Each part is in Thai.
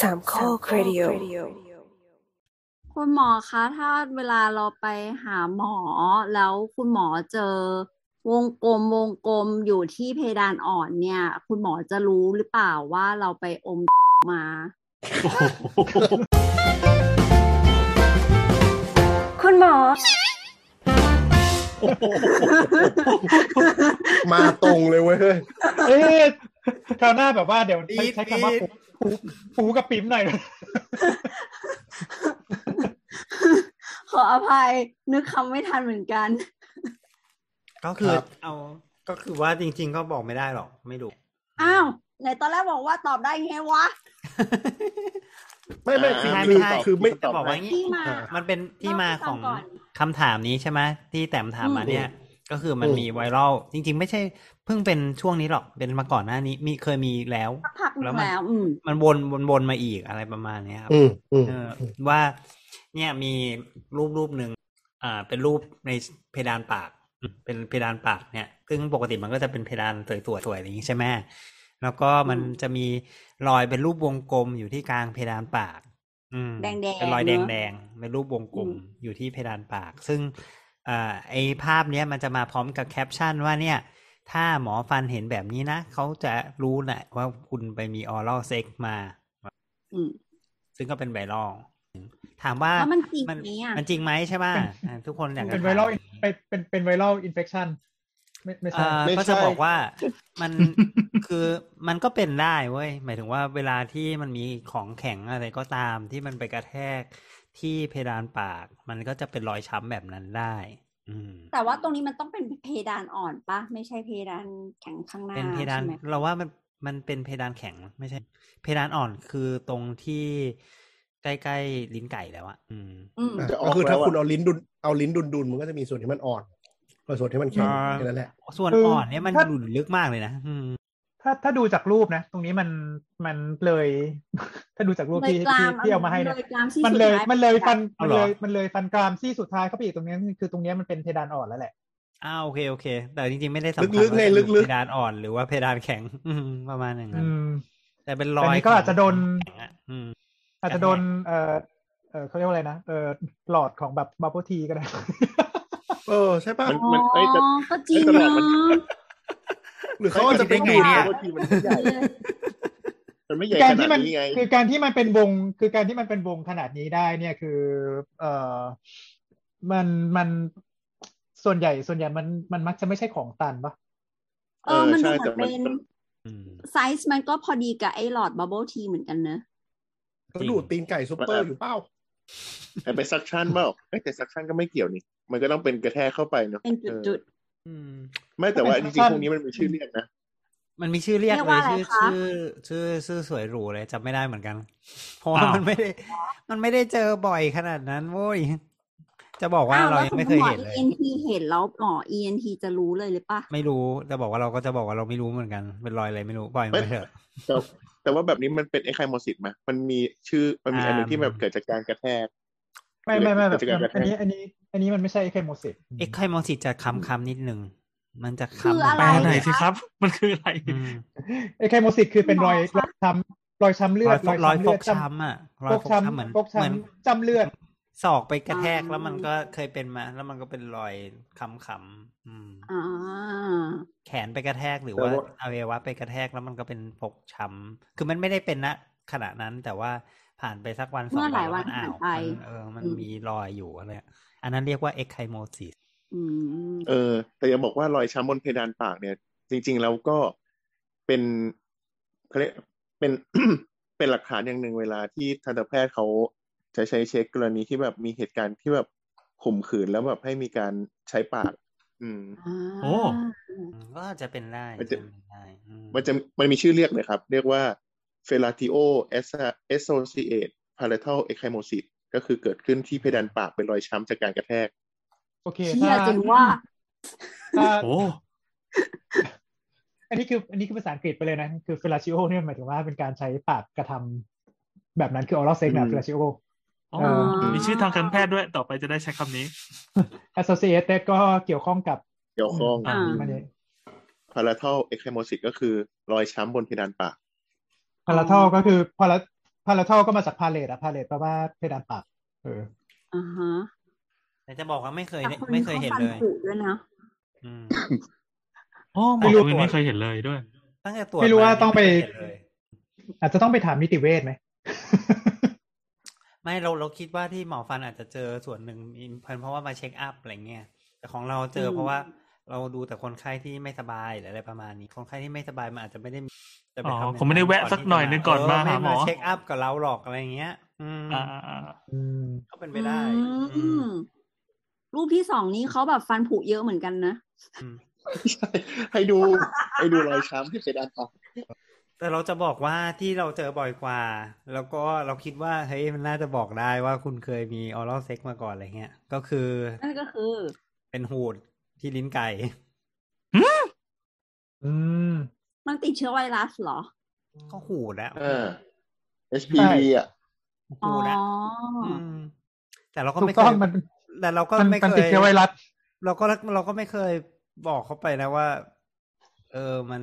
สามข้อครดิโอ คุณหมอคะ ถ้าเวลาเราไปหาหมอแล้วคุณหมอเจอ วงกลมวงกลมอยู่ที่เพดานอ่อนเนี่ย คุณหมอจะรู้หรือเปล่าว่าเราไปอม มา คุณหมอ มาตรงเลยเว้ย เอ๊ะคราวหน้าแบบว่าเดี๋ยวใช้ ดีด ใช้คำว่า ดีด ปูปูกับปิ๊มหน่อย ขออภัยนึกคำไม่ทันเหมือนกัน ก็คือ ครับ เอาก็คือว่าจริง ๆ ก็บอกไม่ได้หรอก ไม่รู้ อ้าวไหนตอนแรกบอกว่าตอบได้ไงวะ ไม่ไม่ เออ คือ ไม่ คือ ใช่ คือไม่ จะบอกว่าอย่างงี้ ที่มา มันเป็นที่มาของ เล่าให้ฟังก่อน คำถามนี้ใช่ไหมที่แต้มถามมา อืม เนี่ย ก็คือมัน อืม มีไวรัลจริง ๆ ไม่ใช่ เพิ่งเป็นช่วงนี้หรอกเป็นมาก่อนหน้านี้มีเคยมีแล้ว สักพักหนึ่ง แล้วมัน แล้ว อืม มันวนวนวนมาอีกอะไรประมาณเนี้ยครับ อืมอืม เออว่าเนี่ยมีรูปรูปหนึ่งอ่าเป็นรูปในเพดานปากอืมเป็นเพดานปากเนี่ย ซึ่งปกติมันก็จะเป็นเพดานสวยๆสวยๆอย่างนี้ใช่ไหมแล้วก็มัน อืม จะมีรอยเป็นรูปวงกลมอยู่ที่กลางเพดานปาก อืม แดงๆ เป็นรอยแด เน ง อะ แดงๆเป็นรูปวงกลม อืม อยู่ที่เพดานปาก ซึ่งอ่าไอภาพเนี้ยมันจะมาพร้อมกับแคปชั่นว่าเนี่ย ถ้าหมอฟันเห็นแบบนี้นะเขาจะรู้แหละว่าคุณไปมีออรัลเซ็กมา อืม ซึ่งก็เป็นไวรัลถามว่า แล้วมันจริง มัน ไหมอะ มันจริงไหมใช่ป่ะอ่าทุกคนอยากจะ เป็นไวรัล ถาม เป็นเป็นเป็นไวรัลอินเฟคชันไม่ไม่ใช่ เอ่อ ไม่ใช่ ก็จะบอก ว่ามันคือมันก็เป็นได้เว้ย หมายถึงว่าเวลาที่มันมีของแข็งอะไรก็ตามที่มันไปกระแทกที่เพดานปาก มันก็จะเป็นรอยช้ำแบบนั้นได้ อืม แต่ว่าตรงนี้มันต้องเป็นเพดานอ่อนปะไม่ใช่เพดานแข็งข้างหน้า เป็นเพดาน ใช่ไหม เราว่ามันมันเป็นเพดานแข็งไม่ใช่ เพดานอ่อนคือตรงที่ใกล้ๆลิ้นไก่แล้วอะอืม อืม ก็คือถ้าคุณเอาลิ้นดุนเอาลิ้นดุนดุนมันก็จะมีส่วนที่มันอ่อนกับส่วนที่มันแข็ง อ่า แค่นั้นแหละ ส่วนอ่อนเนี่ยมันอยู่ลึกมากเลยนะอืม ถ้าถ้าดูจากรูปนะ ตรงนี้มันมันเลย ถ้าดูจากรูปที่ เลยกรามอันที่ที่เอามาให้เนี่ย เลยกรามซี่ มันเลย สุดท้าย มันเลยฟัน เอา มัน เหร เล อ ยมันเลยฟันกรามซี่สุดท้ายเข้าไปอีกตรงนี้คือตรงนี้มันเป็นเพดานอ่อนแล้วแหละ อ้าวโอเคโอเค แต่จริงๆไม่ได้สำคัญ ลึกๆ ว่าจะ ไง อยู่ ลึกๆ เพดานอ่อนหรือว่าเพดานแข็ง อืมประมาณอย่างนั้ อื น ม แต่เป็นรอย แต่นี่ก็อาจจะโดน แข็งอะอืม อาจจะโดนเออเออเขาเรียกว่าอะไรนะเออหลอดของแบบบับเบิลทีก็ได้ เออใช่ป่ะ มันมันไอ้ยแต่ อ๋อก็จริง ไอ้ตลอ เนาะ ดมัน หรือเขาอาจจะไปดูด เนี่ย เอา บางทีมันไม่ใหญ่มันไม่ใหญ่ การ ขนา ที่ ด มัน นี้ไง คือการที่มันเป็นวงคือการที่มันเป็นวงขนาดนี้ได้เนี่ยคือ เอ่อมันมันส่วนใหญ่ส่วนใหญ่มันมันมักจะไม่ใช่ของตันปะ เออ มันดู ใช่ เหมือน แต่มัน เป็น อืม ไซส์มันก็พอดีกับไอ้หลอดบับเบิลทีเหมือนกันเนอะ เขาดูดตีนไก่ซุปเปอร์อยู่เปล่า แต่ไปซักชั่นเปล่าเอ้ยแต่ซักชั่นก็ไม่เกี่ยวนี่ มันก็ต้องเป็นกระแทกเข้าไปเนาะ เป็น ออ จุด อืม ไม่แต่ว่าจริงๆพวกนี้มันมีชื่อเรียกนะ มันมีชื่อเรียก เรียก เล ว่าย อะไร ชื่อ คะ ชื่อชื่อชื่อสวยหรูเลยจำไม่ได้เหมือนกัน เพราะว่า อ้าว มันไม่ได้ มันไม่ได้เจอบ่อยขนาดนั้นโว้ยจะบอก ๆ ว่า อ้าว เรา แล้ว ยั สม ง ม ไม่ ติ เคย หมอ เห็นเลย ENT เห็นแล้วหมอ ENT จะรู้เลยหรือปะ ไม่รู้จะบอกว่าเราก็จะบอกว่าเราไม่รู้เหมือนกัน เป็นรอยอะไรไม่รู้ปล่อยมันไปเถอะ แต่แต่ว่าแบบนี้มันเป็นไอ้ไคโมซิตไหมมันมีชื่อมันมีอันหนึงที่แบบเกิดจากการกระแทก ไม่ไม่ไม่แบบ กิจกรรมแบบ อันนี้อันนี้ อันนี้มันไม่ใช่ไอเคโมซิส เอ็กไคมอสิจะคำคำๆนิดนึง มันจะคำ คืออะไร แปลหน่อย ะ สิครับ มันคืออะไร อืม ไอเคโมซิสคือเป็นรอย หม ร อ อย คะ ช้ำรอยช้ำเลือด รอยฟก ช้ำ ช้ำอ่ะรอ ฟ ย ก ฟก ช้ ช้ำเหมือน ำฟก เหมือน ช้ำจำเลือด ศอกไปกระแทก อ่า แล้วมันก็เคยเป็นมา แล้วมันก็เป็นรอยคำขำๆอืม อ่า แขนไปกระแทกหรือ แต่ ว่า ว่า อวัยวะไปกระแทกแล้วมันก็เป็นฟกช้ำคือมันไม่ได้เป็นนะขณะนั้นแต่ว่าผ่านไปสักวันสอ เมื่ ง อหลาย วั วัน น มัอ้าว ผ่านไป มันเออ มัน อืม มีรอยอยู่อะไรอะอันนั้นเรียกว่าเอ็กไคโมซิส อืม เออ แต่ยังบอกว่ารอยช้ำบนเพดานปากเนี่ย จริง ๆ แล้วก็เป็นเขาเรียกเป็น เป็นหลักฐานอย่างหนึ่งเวลาที่ทันตแพทย์เขาจะใช้เช็คกรณีที่แบบมีเหตุการณ์ที่แบบข่มขืนแล้วแบบให้มีการใช้ปาก อืม อ่า โอ้ ก็อาจจะเป็นได้ มันจะ เป็นได้อืม มันจะมันมีชื่อเรียกเลยครับ เรียกว่า fellatio associate palatal ecchymosis ก็คือเกิดขึ้นที่เพดานปากเป็นรอยช้ำจากการกระแทก โอเค เชี่ ถ้าย จริงว่า ถ้า โอ้ อันนี้คืออันนี้คือภาษาอังกฤษไปเลยนะคือ fellatio เนี่ยหมายถึงว่าเป็นการใช้ปากกระทำแบบนั้นคือ oral sex นะ อืม fellatio อ๋อ เออ มีชื่อทางการแพทย์ด้วย ต่อไปจะได้ใช้คำนี้ associated ก็เกี่ยวข้องกับ เกี่ยวข้อง อ่า อันนี้ palatal ecchymosis ก็คือรอยช้ำบนเพดานปาก พาราทอลก็คือพารา พาราเทลก็มาจากพาเลตอะพาเลตแปลว่าเพดานปากเออ อ่าฮะ แต่จะบอกว่าไม่เคย แต่ เนี่ย คน ไม่เคยเห็น ขาฟั เลย ผุด้วยนะ อืม อ๋อหมอ ไม่รู้ คนนี้ไม่เคยเห็นเลยด้วย ตั้งแต่ตรวจ ไม่รู้ว่าต้องไป ม่เคยเห็นเลย อาจจะต้องไปถามนิติเวชไหม ไม่เราเราคิดว่าที่หมอฟันอาจจะเจอส่วนหนึ่งมีเพราะว่ามาเช็คอัพอะไรเงี้ยแต่ของเราเจออ ม เพราะว่าเราดูแต่คนไข้ที่ไม่สบายหรืออะไรประมาณนี้คนไข้ที่ไม่สบายมันอาจจะไม่ได้มีจะป อ๋อ ทำย่าง ผมไม่ได้แวะสักหน่อยนึงก่อนมาหาหมอ ไเช็คอัพกับเราหรอกอะไรเงี้ย อืม อ่าอ่าอ่า อืม ก็เป็นไปได้ อืมรูปที่สองนี้เขาแบบฟันผุเยอะเหมือนกันนะ อืม ใช่ให้ดูให้ดูรอยช้ำที่เพดานปาก แต่เราจะบอกว่าที่เราเจอบ่อยกว่า แล้วก็เราคิดว่าเฮ้ยมันน่าจะบอกได้ว่าคุณเคยมีออรัลเซ็กมาก่อนอะไรเงี้ย ก็คือ นั่นก็คือ เป็นหูดที่ลิ้นไก่ อืม มันติดเชื้อไวรัสเหรอ ก็หูดอะ เออ HPV อ่ะ อ๋อ หูดอะมแต่เราก็ ถู ไม่ ก เค ต้อย งมัน แต่เราก็ มัน ไม่ มัน เค ติด ย เชื้อไวรัส เราก็เราก็ไม่เคยบอกเขาไปนะว่า เออมัน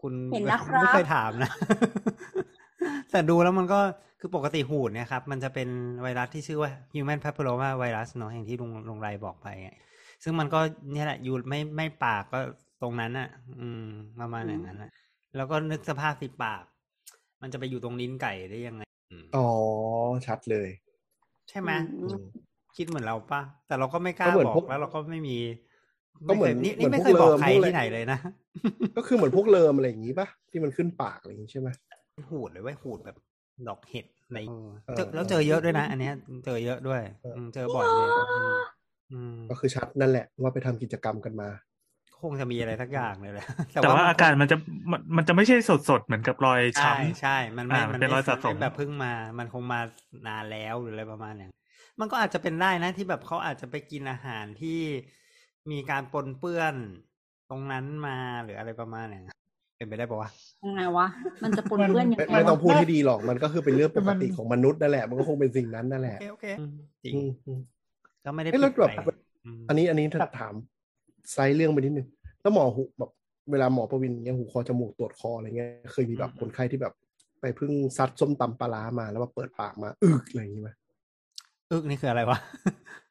คุณ เห็นนะครับ ไม่เคยถามนะ แต่ดูแล้วมันก็คือปกติหูดเนี่ยครับ มันจะเป็นไวรัสที่ชื่อว่า human papilloma virus เนาะอย่างที่ลุงลุงไรบอกไปไงซึ่งมันก็เนี่ยแหละอยู่ไม่ไม่ปากก็ตรงนั้นอะอืมประมาณอย่างนั้นอะแล้วก็นึกสภาพสิปาก มันจะไปอยู่ตรงลิ้นไก่ได้ยังไงอืม อ๋อ ชัดเลย ใช่ไหม อืม คิดเหมือนเราปะแต่เราก็ไม่กล้า ก็เหมือน บอก พวก แล้วเราก็ไม่มี ก็เหมือน ไคยนี่ เหมื นี่ อน ไม่ พวก เคยบอก เลิม ใคร พวกอะไร ที่ไหนเลยนะ ก็คือเหมือนพวกเลิมอะไรอย่างนี้ปะที่มันขึ้นปากอะไรอย่างนี้ใช่ไหม หูดเลยเว้ยหูดแบบดอกเห็ดใน เออ เจอแล้วเจอเยอะด้วยนะ อันเนี้ยเจอเยอะด้วย เอออื มเจอบ่อยเลยมอืม ก็คือชัดนั่นแหละว่าไปทำกิจกรรมกันมา คงจะมีอะไรสักอย่างเลยแหละ แต่ว่าอาการมันจะมันมันจะไม่ใช่สดสดๆเหมือนกับรอย ใช่ ช้ำ ใช่มันไม่ อ่ามันเป็น ไม่ รอยสะสม ไแบบเพิ่งมา มันคงมานานแล้วหรืออะไรประมาณอย่างมันก็อาจจะเป็นได้นะที่แบบเขาอาจจะไปกินอาหารที่มีการปนเปื้อนตรงนั้นมาหรืออะไรประมาณอย่างนั้นเป็นไปได้ปะวะ ยังไงวะ มันจะปนเปื้อนยัง ไม่ ไง ไม่ต้อง วะ พูดให้ดีหรอกมันก็คือเป็นเรื่องปกติของมนุษย์นั่นแหละ มันก็คงเป็นสิ่งนั้นนั่นแหละ โอเค โอเค จริง อืมอืม ก็ไม่ได้ เอ้ยแล้ว ผิด แบบ อืม อันนี้อันนี้ถ้าถามไซส์เรื่องไปนิดนึงแล้วหมอหูแบบเวลาหมอประวินเนี่ยหูคอจมูกตรวจคออะไรเงี้ยเคยมีแบบคนไข้ที่แบบ ไปเพิ่งซัดส้มตำปลาร้ามาแล้วมาเปิดปากมา อึกอะไรอย่างงี้ไหม อึกนี่คืออะไรวะ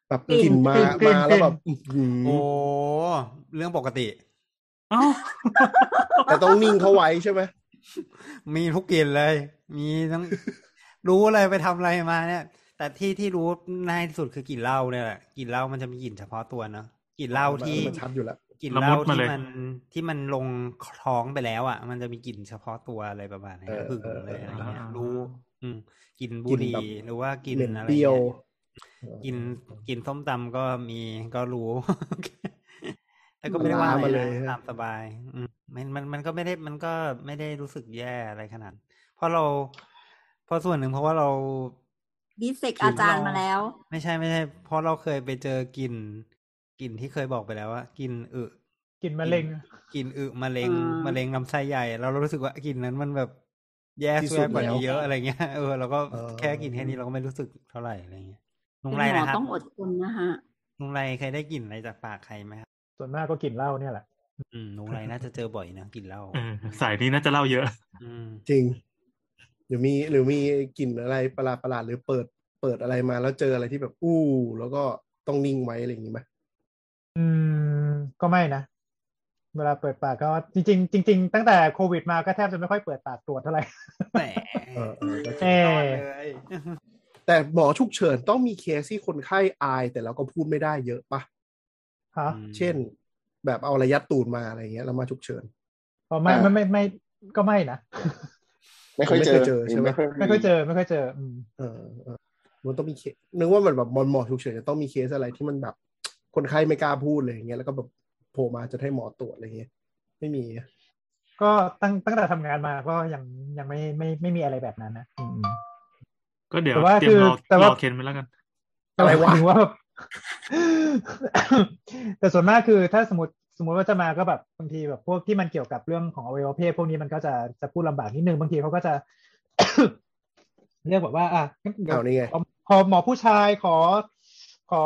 แบบกลิ่นมาก ลิ่น มาแล้ว กลิ่น แบบอื้อหือ โอ้ เรื่องปกติ อ้าว แต่ต้องนิ่งเขาไว้ใช่ไหม มีทุกกลิ่นเลย มีทั้ง รู้เลยไปทำอะไรมาเนี่ย แต่ที่ที่รู้ง่ายที่สุดคือกลิ่นเหล้าเนี่ยแหละกลิ่นเหล้ามันจะมีกลิ่นเฉพาะตัวเนาะกลิ่นเหล้าที่ มันชัดอยู่แล้ว กลิ่นเหล้าที่มันที่มันลงท้องไปแล้วอ่ะ มันจะมีกลิ่นเฉพาะตัวอะไรประมาณเนี้ย เออ หึง เออ เลยอะไรเงี้ยรู้ อืมกลิ่นบุห ลิ่นแบ รี่ บ หรือว่ากลิ่น เหม็น อะไร เปรี้ยว เงี้ย กินกินส้มตำก็มีก็รู้ แต่ก็ไม่ได้ว่าอะไร มาเลย นะ ฮะ ตามสบาย อืมมันมันมันก็ไม่ได้มันก็ไม่ได้รู้สึกแย่อะไรขนาด เพราะเราเพราะส่วนหนึ่งเพราะว่าเรา ดิสเซกอาจารย์มาแล้ว ไม่ใช่ไม่ใช่ เพราะเราเคยไปเจอกลิ่นกลิ่นที่เคยบอกไปแล้วว่ากลิ่นอึ กินมะเร็ง กลิ่นอึมะเร็ง อ่าม มะเร็งลำไส้ใหญ่แล้วเรารู้สึกว่ากลิ่นนั้นมันแบบแย่ ที่สุ แย่ ด กว่านี้ แล้ว เยอะอะไรเงี้ยเออเราก็ เออ แค่กลิ่นแค่นี้เราก็ไม่รู้สึกเท่าไหร่อะไรเงี้ยลุง คุณ ไร หมอ นะครับ ต้องอดทนนะฮะ ลุงไรเคยได้กลิ่นอะไรจากปากใครไหมครับ ส่วนมากก็กินเหล้าเนี่ยแหละ อืมลุงไรน่าจะเจอบ่อยนะกลิ่นเหล้า เออสายนี้น่าจะเล่าเยอะ อืม จริงหรือมีหรือมีกลิ่นอะไรประหลาดประหลาดๆหรือเปิดเปิดอะไรมาแล้วเจออะไรที่แบบอู้ แล้วก็ต้องนิ่งไว้อะไรอย่างงี้ไหม อืม ก็ไม่นะ เวลาเปิดปากก็จริงๆจริงๆตั้งแต่โควิดมาก็แทบจะไม่ค่อยเปิดปากตรวจเท่าไหร่ แหม เออเออก็จริ เอง อ เลย แต่หมอฉุกเฉินต้องมีเคสที่คนไข้อาย แต่เราก็พูดไม่ได้เยอะปะ ฮะ อืม เช่น แบบเอาอะไรยัดตูดมาอะไรเงี้ยแล้วมาฉุกเฉิน อ๋อไม่ไม่ไม่ไม่ก็ไม่นะ ไม่ค่อยเจ ไม่ อ เคยเจอใช่ไหม ไม่ค่อย ไม่ค่อยเจอไม่ค่อยเจออืม เออเออมันต้องมีเคสนึกว่ามันแบบหมอหมอฉุกเฉินจะต้องมีเคสอะไรที่มันแบบ คนไข้ไม่กล้าพูดเลยอย่างเงี้ยแล้วก็แบบโผล่มาจะให้หมอตรวจอะไรเงี้ยไม่มีอะ ก็ตั้งตั้งแต่ทำงานมาก็ยังยังไม่ไม่ไม่มีอะไรแบบนั้นนะอืม ก็เดี๋ยว แต่ว่า เตรียมรอ คือแต่ว่า รอเคนไปแล้วกัน อะไรวะ หมายถึงว่าแบบ แต่ส่วนมากคือถ้าสมมติสมมติว่าจะมาก็แบบบางทีแบบพวกที่มันเกี่ยวกับเรื่องของอวัยวะเพศพวกนี้มันก็จะจะพูดลำบากนิดนึงบางทีเขาก็จะ เรียกแบบว่า อ่ะงั้นเดี๋ยว เอานี่ไง ขอขอหมอผู้ชายขอ ขอ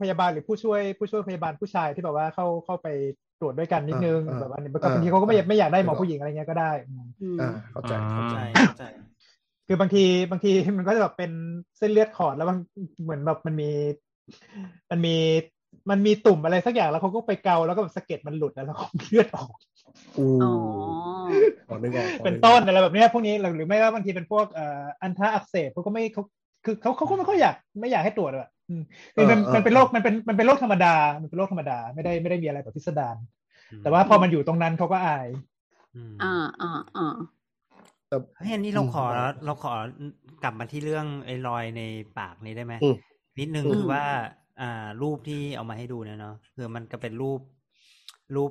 พยาบาลหรือผู้ช่วยผู้ช่วยพยาบาลผู้ชายที่แบบว่าเข้าเข้าไปตรวจด้วยกันนิดนึง อ่าอ่า แบบว่าบางทีเขาก็ไม่ อ่า ไม่อยากได้หมอผู้หญิงอะไรเงี้ยก็ได้อืม อืม อ่าเข้าใจเข้าใจ ใช่เข้าใจ คือบางทีบางที มันก็จะแบบเป็นเส้นเลือดขอดแล้วมันเหมือนแบบมันมี มันมีมันมีตุ่มอะไรสักอย่างแล้วเขาก็ไปเกาแล้วก็แบบสะเก็ดมันหลุดแล้วเขาเลือดออก อู้ อ๋อ ขอนึกออกขอ เป็กนออก ต้นอะไรแบบเนี้ยพวกนี้หรือหรือไม่ก็บางทีเป็นพวกเอ่ออันทะอักเสบเขาก็ไม่เขาคือเขาเขาก็ไม่ค่อยอยากไม่อยากให้ตรวจอะอืมคือมันมันเป็นโรคมันเป็นมันเป็นโรคธรรมดา มันเป็นโรคธรรมดาไม่ได้ไม่ได้มีอะไรแบบพิสดารแต่ว่าพอมันอยู่ตรงนั้นเขาก็อาย ม อ่าอ่าอ่า แต่ เฮ้ยอันนี้เราขอ อืม เราขอกลับมาที่เรื่องไอ้รอยในปากนี้ได้ไหม อืม นิดนึง อืม คือว่า อ่า รูปที่เอามาให้ดูเนี่ยเนาะคือมันก็เป็นรูปรูป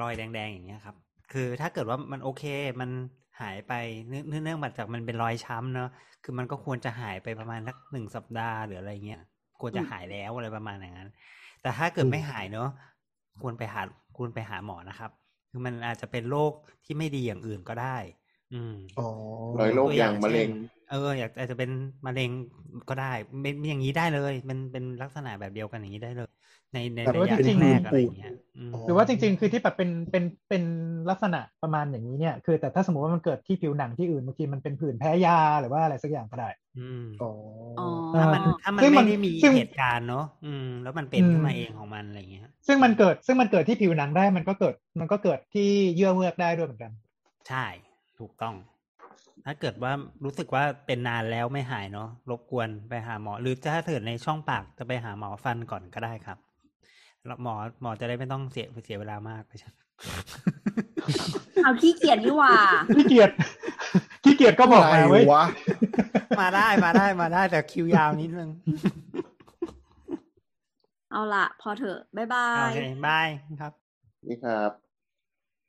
รอยแดง ๆ อย่างเงี้ยครับ คือถ้าเกิดว่ามันโอเคมันหายไปเนื่องเนื่องมาจากมันเป็นรอยช้ำเนาะคือมันก็ควรจะหายไปประมาณสักหนึ่งสัปดาห์หรืออะไรเงี้ยควรจะหายแล้วอะไรประมาณอย่างนั้น แต่ถ้าเกิดไม่หายเนาะควรไปหาควรไปหาหมอนะครับ คือมันอาจจะเป็นโรคที่ไม่ดีอย่างอื่นก็ได้ อืม อ๋อ ร้อยโรค อย่างมะเร็ง เอออยากอาจจะเป็นมะเร็งก็ได้เป็นอย่างนี้ได้เลยมันเป็นลักษณะแบบเดียวกันอย่างนี้ได้เลย ในใน แต่ ระ ว่า ยะ จริงๆ แรกๆอะไรอย่างเงี้ยอืม หรือว่าจริง ๆ คือที่แบบเป็นเป็นเป็นลักษณะประมาณอย่างนี้เนี่ยคือแต่ถ้าสมมติว่ามันเกิดที่ผิวหนังที่อื่นบางทีมันเป็นผื่นแพ้ยาหรือว่าอะไรสักอย่างก็ได้ อืม อ๋อ อ๋อ ถ้ามันถ้ามัน ซึ่งมัน ไม่ได้มี ซึ่ง เหตุการณ์เนอะอืม แล้วมันเป็นขึ้นมาเองของมันอะไรอย่างเงี้ย ซึ่งมันเกิดซึ่งมันเกิดที่ผิวหนังได้มันก็เกิดมันก็เกิดที่เยื่อเมือกได้ด้วยเหมือนกัน ใช่ ถูกต้อง ถ้าเกิดว่ารู้สึกว่าเป็นนานแล้วไม่หายเนาะรบกวนไปหาหมอ หรือถ้าเกิดในช่องปากจะไปหาหมอฟันก่อนก็ได้ครับแล้วหมอหมอจะได้ไม่ต้องเสียเสียเวลามากไปใช่ เอาขี้เกียจนี่หว่า ขี้เกียจขี้เกียจก็บอก อะไร มาเว้ยว ะ มาได้มาได้มาได้แต่คิวยาวนิดนึง เอาละพอเถอะ บ๊ายบา โอย เคบายครับ นี่ครับ